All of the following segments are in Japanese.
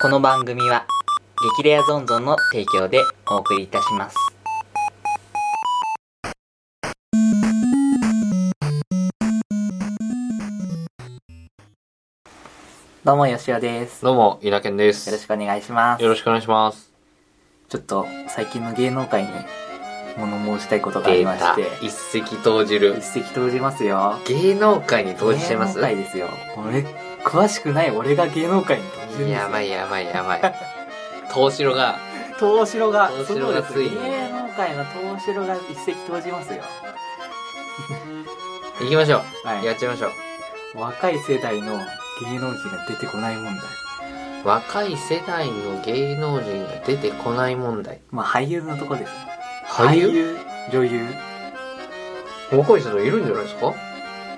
この番組は激レアゾンゾンの提供でお送りいたしますどうもよしおですよどうも、稲健です。ろしくお願いしますよろしくお願いします。ちょっと最近の芸能界に物申したいことがありまして一石投じる。一石投じますよ芸能界に投じちゃいます芸能界ですよ俺詳しくない俺が芸能界に投じるんですよやばいやばいやばい。投資ろが、東城が東城そがうですついに芸能界の東城が一石投じますよ行きましょはう。やっちゃいましょい若い世代の芸能人が出てこない問題う。若い世代の芸能人が出てこない問題。まあ俳優のとこですね俳優女優若い人いるんじゃないですかは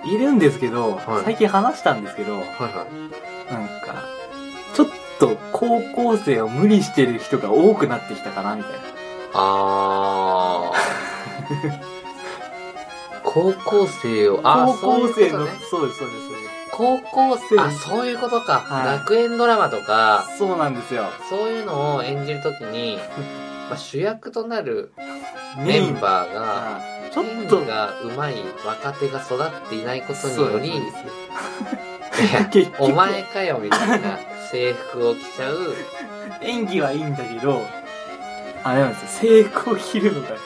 いるんですけど、はい最近話したんですけどなんいは。かちょっと高校生を無理してる人が多くなってきたかなみたいない あー。高校生を、あー、高校生そういうことのねそうですそうですそうです高校生、あ、そういうことか。はい学園ドラマとか、そうなんですよそういうのを演じるとき に、まあ、主役となるメメインンバーが、ちょっ演と技が上手い若手が育っていないことにそうよでり、すそういでや 結局 お前かよみたいな制服を着ちゃう、演技はいいんだけど、あれなんですよ、成功を切るのがちょっ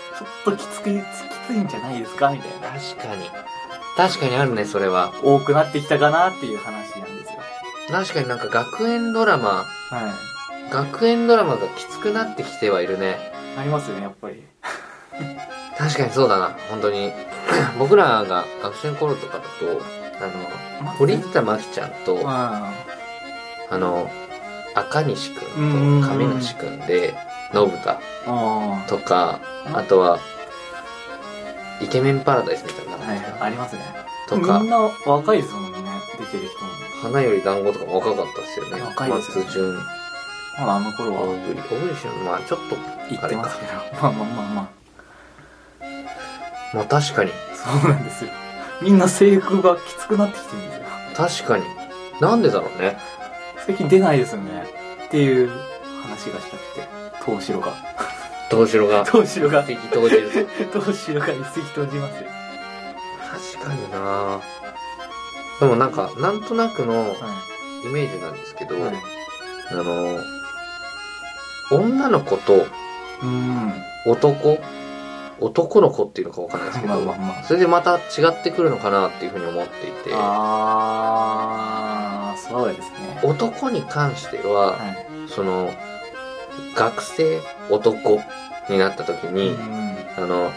ときつく、きついんじゃないですかみたいな。確かに。確かにあるね、それは。多くなってきたかなっていう話なんですよ。確かになんか学園ドラはマ、い。学園ドラマがきつくなってきてはいるね。ありますよね、やっぱり。確かにそうだな、本当に。 僕らが学生の頃とかだと、あの、堀北真希ちゃんと、うあの、赤西くうんんと亀梨くんで、信太ん。おーとか、うんあとは、イケメンパラダイスみたいなのがあはるいんですよ、ありますね。とかみん、な若いですもんね、出てる人も。花より団子とかも若かったですよね。若いですよ松潤、まだあの頃大は栗、大栗旬、まあちょっと、行あってれますか。けど。まあまあまあままあ確かに、あ。そうなんですよ。みんな制服がきつくなってきてるんですよ。確かに。なんでだろうね。最近出ないですよね。っていう話がしたくて。東城が。東城が、東城が。敵投じると。どうしようか一石投じますよ。確かになでもなんか、なんとなくのはイメージなんですけど、い。あの、女の子とうん。男、男の子っていうのかわかんないですけど、まあまあまあそれでまた違ってくるのかなっていうふうに思っていて、あー、そうですね。男に関しては、はい。その、学生、男になった時に、あの、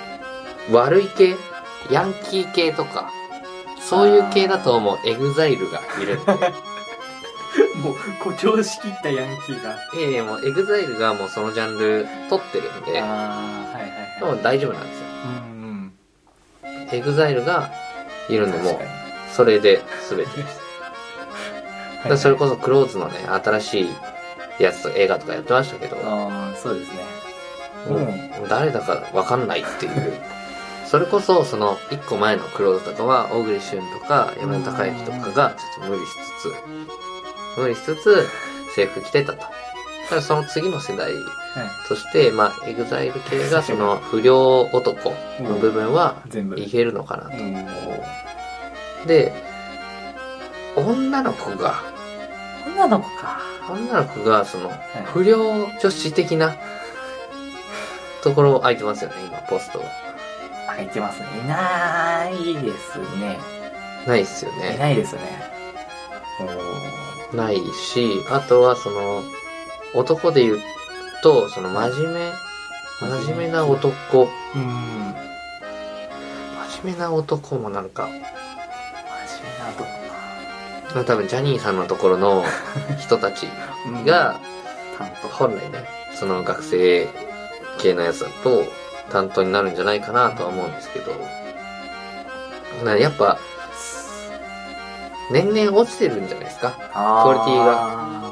悪い系、ヤンキー系とか、そういう系だと思うエグザイルがいるんで、 もう、誇張しきったヤンキーが。いやいやもうエグザイルがもうそのジャンル取ってるんで、あー、はいはいもはい。う大丈夫なんですよ。うんエグザイルがいるうんでん。もう確かにそれで全てです。だからそれこそクローズのね、新しいやつと映画とかやってましたけど、あー、そうですね。もう誰だかわかんないっていう。 それこそ、その、一個前のクローズとかは、小栗旬とか、山田孝之とかが、ちょっと無理しつつ、無理しつつ、制服着てたと。だからその次の世代はとして、まあ、エグザイル系が、その、不良男い。の部分は、全部。いけるのかなうんで、女の子が、女の子か。女の子が、その、不良女子的なところを空いてますよね、今、ポスト。入ってますね。いないですね。ないっすよいね。ないですね。おー。ないし、あとは、その、男で言うと、その、真面目、真面目な男。うん。真面目な男もなんか、真面目なとこまあ多分、ジャニーさんのところの人たちか、が、担当本来ね、その学生系のやつだと担当になるんじゃないかなとは思うんですけど、なやっぱ、年々落ちてるんじゃないですか。ククオリティが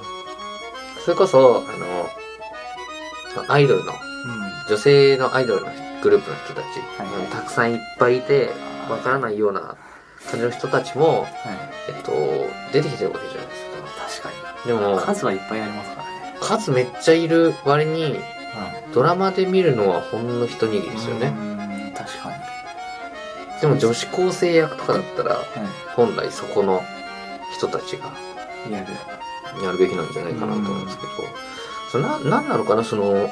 それこそ、あの、そのアイドルの、女性のアイドルのグループの人たち、はいはいたくさんいっぱいいて、あーわからないような感じの人たちも、はい、えっと、出てきてるわけじゃないですか。確かでもに、数はいっぱいありますからね数めっちゃいる割に、はドラマで見るのはほんの一握りいですよね。うん確かに、でも女子高生役とかだったら、は本来そこの人たちがい、やるやるべきなんじゃないかなと思うんですけど、そのな、なんなのかな、その、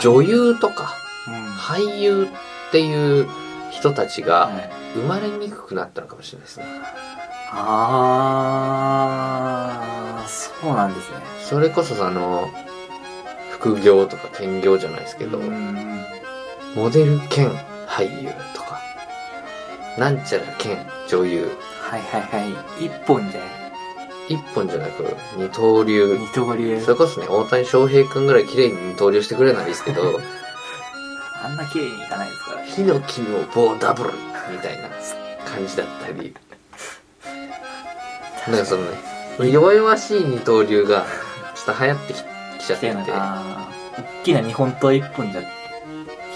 女優とかうん俳優っていう人たちがはい生まれにくくなったのかもしれないですね。あーそうなんですねそれこそあの、副業とか兼業じゃないですけど、うんモデル兼俳優とか、なんちゃら兼女優、はいはいはい一本で一本じゃなく二刀流二刀流それこそね、大谷翔平くんぐらい綺麗に二刀流してくれないですけど、あんな綺麗にいかないですからヒノキの棒ダブルみたいな感じだったり、なんかそのね、弱々しい二刀流が、ちょっと流行ってききちゃっ綺麗なてあー大きな日本刀一本じゃ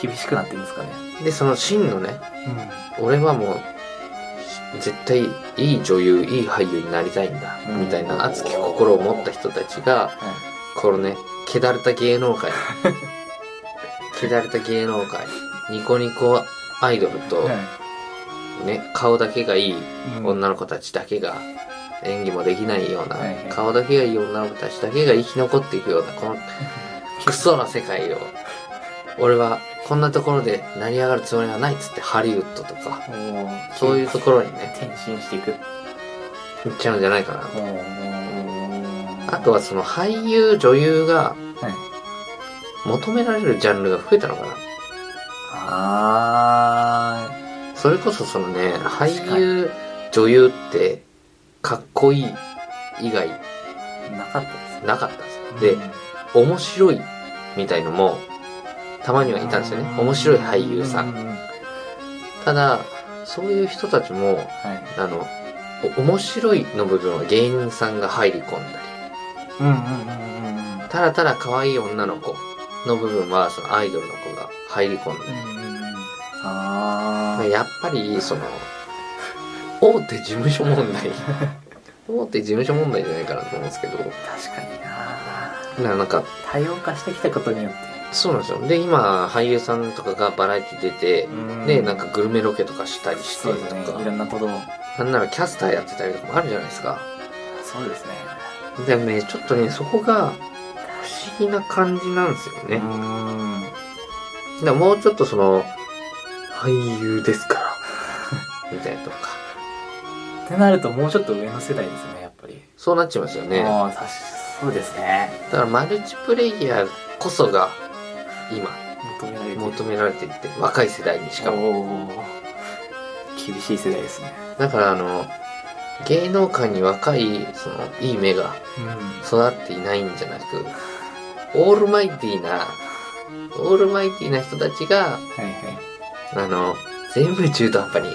厳しくなってるんですかねて、で、その真のね、うん俺はもう、し絶対いい女優、いい俳優になりたいんだ、うんみたいな熱き心を持った人たちが、このね、けだれた芸能 界、けだれた芸能界、ニコニコアイドルと、ね、顔だけがいい女の子たちだけが演技もできないような、はいはい顔だけがいい女の子たちだけが生き残っていくようなこのクソな世 界を俺はこんなところで成り上がるつもりはないっつってハリウッドとかうん、もうそういうところにね転身していく行っちゃうんじゃないかなあとは、はその俳優女優がはい、求められるジャンルが増えたのかあなそれこそそのね確俳かに優女優ってかっこいい以外ーなかったですなかったんですよねで、うん面白いみたいのもたまにはいたんですよね面白い俳優さうんうううんただそういう人たちもはいあのお面白いの部分は芸人さんが入り込んだうんうんうんうんうんりただただ可愛い女の子の部分はそのアイドルの子が入り込んだうんうんうんありーやっぱりその大手事務所問 題大手事務所問題じゃないかなと思うんですけどだか確かにならなんか多様化してきたことによってそうなんですよで今俳優さんとかがバラエティ出てでなんかグルメロケとかしたりしそてうとですねかいろんなことをなんならキャスターやってたりとかもあるじゃないですか。そうですねでもね、ちょっとね、そこが不思議な感じなんですよね。うだんからもうちょっとその、俳優ですから、みたいなとか、ってなるともうちょっと上の世代ですねやっぱりそうなっちゃいますよね。だああ確かそうですねからマルチプレイヤーこそが、今、求められてる求められていて、若い世代にしかも。おー厳しい世代ですねだからあの、芸能界に若い、その、いい目がうん育っていないんじゃなく、オールマイティーな、オールマイティーな人たちが、はいはあの、全部中途半端にい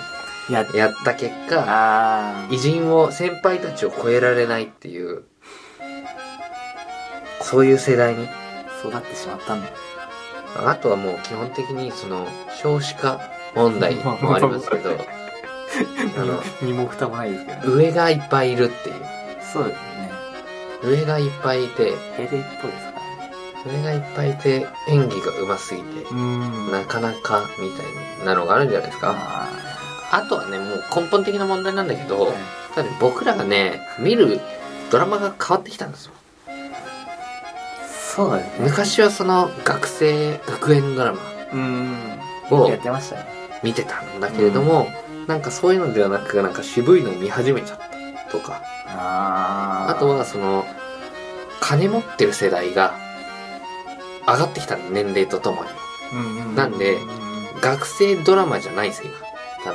ややった結果、あー偉人を、先輩たちを超えられないっていう、そういう世代に。育ってしまったんだあとはもう基本的に、その、少子化問題もあり ますけど、あの、身も蓋もないですけどね上がいっぱいいるっていう。そうですね上がいっぱいいて、平成っぽいですからね上がいっぱいいて、演技が上手すぎて、んなかなか、みたいなのがあるんじゃないですか。ああとはね、もう根本的な問題なんだけーど、ただね僕らがね、見るドラマが変わってきたんですよ。そうですね昔はその学生学園ドラマうんをやってましたね見てたんだけれども、なんかそういうのではなくなんか渋いのを見始めちゃったとかああーとはその金持ってる世代が上がってきたの年齢とともにうんうんうなんでううん学生ドラマじゃないですよ今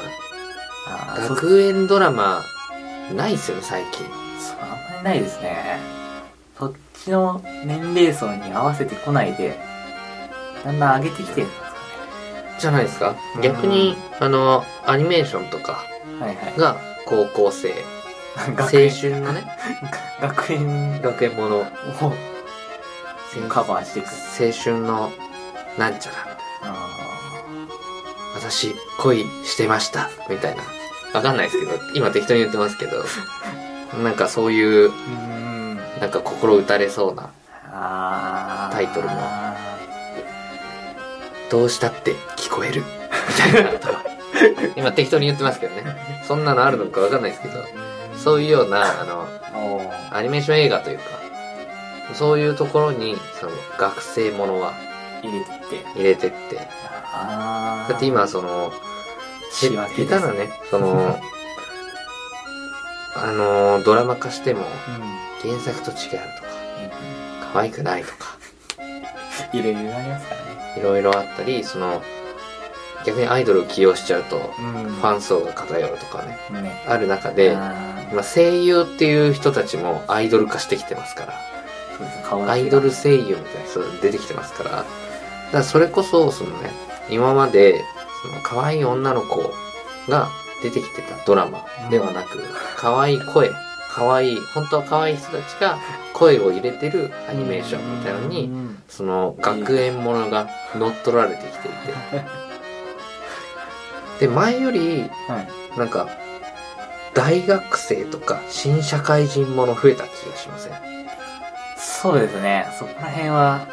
あ多ー分そう学園ドラマないですよね最近そうあんまりないですねそっちの年齢層に合わせてこないでだんだん上げてきてるんですかじゃないですかうん逆にあのアニメーションとかねはいはいが高校生青学園春のね学園学園ものをカバーしていく青春のなんちゃらあ私恋してましたみたいなわかんないですけど今適当に言っ てますけどなんかそういうーうーんなんか心打たれそうなあータイトルもどうしたって聞こえる。みたいなのとか。 今適当に言ってますけどね。そんなのあるのかわかんないですけど、そういうような、あの、おーアニメーション映画というか、そういうところに、その、学生ものは入れてって入れてって。あーだって今、その、へ仕分け下手ですなね、そ の、あの、ドラマ化しても、うん原作と違うとか、可愛くないとか、いろいろありますからねいろいろあったり、その、逆にアイドルを起用しちゃうと、うんファン層が偏るとかね、ンねある中で、あー今声優っていう人たちもアイドル化してきてますから、そうです顔アイドル声優みたいな人出てきてますから、だからそれこそ、そのね、今まで、その可愛い女の子が出てきてたドラマではなく、可愛い声、可愛い、本当は可愛い人たちが声を入れてるアニメーションみたいなのに、にその学園ものが乗っ取られてきていて。で、前より、はいなんか、大学生とか新社会人もの増えた気がしません。そうですねそこら辺は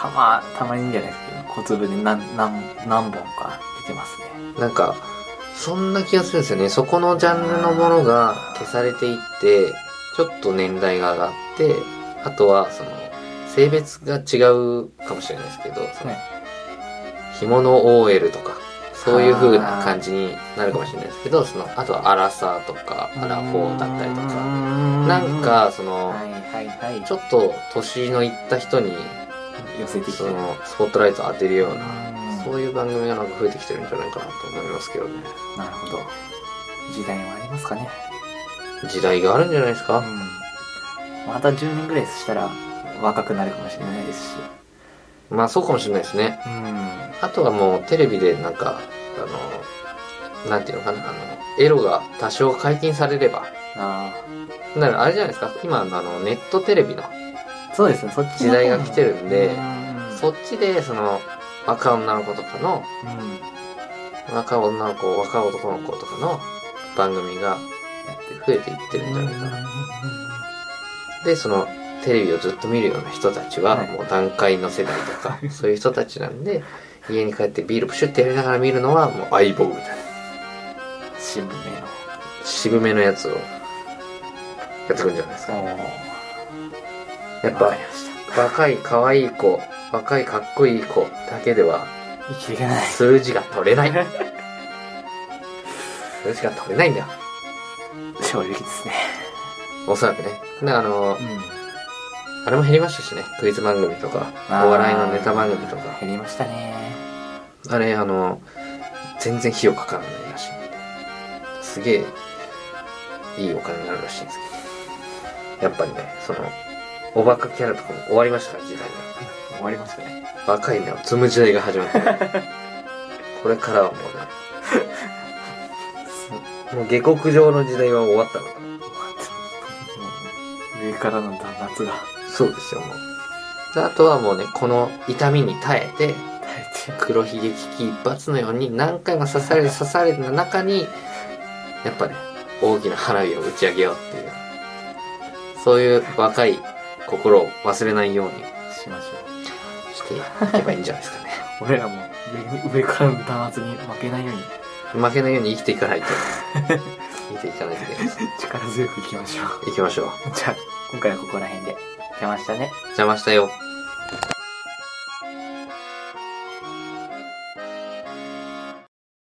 たまたまにじゃないですけど小粒で何何何本か出てますねなんか、そんな気がするんですよね。そこのジャンルのものが消されていって、ちょっと年代が上がって、あとは、その、性別が違うかもしれないですけど、そのね、干物 OL とか、そういう風な感じになるかもしれないですけど、その、あとはアラサーとか、アラフォーだったりとか、ななんか、その、はいはいはいちょっと年のいった人に、寄せてきてそるの、スポットライトを当てるような、うんそういう番組がなんか増えてきてるんじゃないかなと思いますけどね。なるほど時代はありますかね時代があるんじゃないですうか、んまた10年ぐらいしたら若くなるかもしれないですしまあそうかもしれないですね。うんあとはもうテレビでなんか、あの、なんていうのかな、あの、エロが多少解禁されれば。あならあれじゃないですか今のあの、ネットテレビの、ーそうですねそっちの時代が来てるんでうんそっちでその、若女の子とかの、うん若女の子、若男の子とかの番組が増えていってるんじゃないかな。でそのテレビをずっと見るような人たちははいもう段階の世代とか、そういう人たちなんで家に帰ってビールプシュってやりながら見るのはもう相棒みたいな新聞名の渋めのやつをやってくるんじゃないですかおーやわっかぱりました若い可愛い子若いかっこいい子だけでは生きていけない数字が取れ ない数字が取れないんだよ正直ですねおそらくねであのうんあれも減りましたしねクイズ番組とかお笑いのネタ番組とか減りましたねあれ、あの、全然費用かからないらしいんで。すげえ、いいお金になるらしいんですけど。やっぱりね、その、おバカキャラとかも終わりましたから、時代が。終わりましたね若いね、積む時代が始まって るこれからはもうね、もう下克上の時代は終わったのかな。上からの弾圧がそうですよ、もう。であとはもうね、この痛みに耐え耐て、え黒ひげ危機一発のように何回も刺され刺された中にやっぱね大きな花火を打ち上げようっていうそういう若い心を忘れないようにてしましょうしていけばいいんじゃないですかね俺らも上上からの弾圧に負けないように負けないように生きていかないと生きていかないといけないです力強くいきましょう行きましょうじゃあ今回はここら辺で邪魔したね邪魔したよ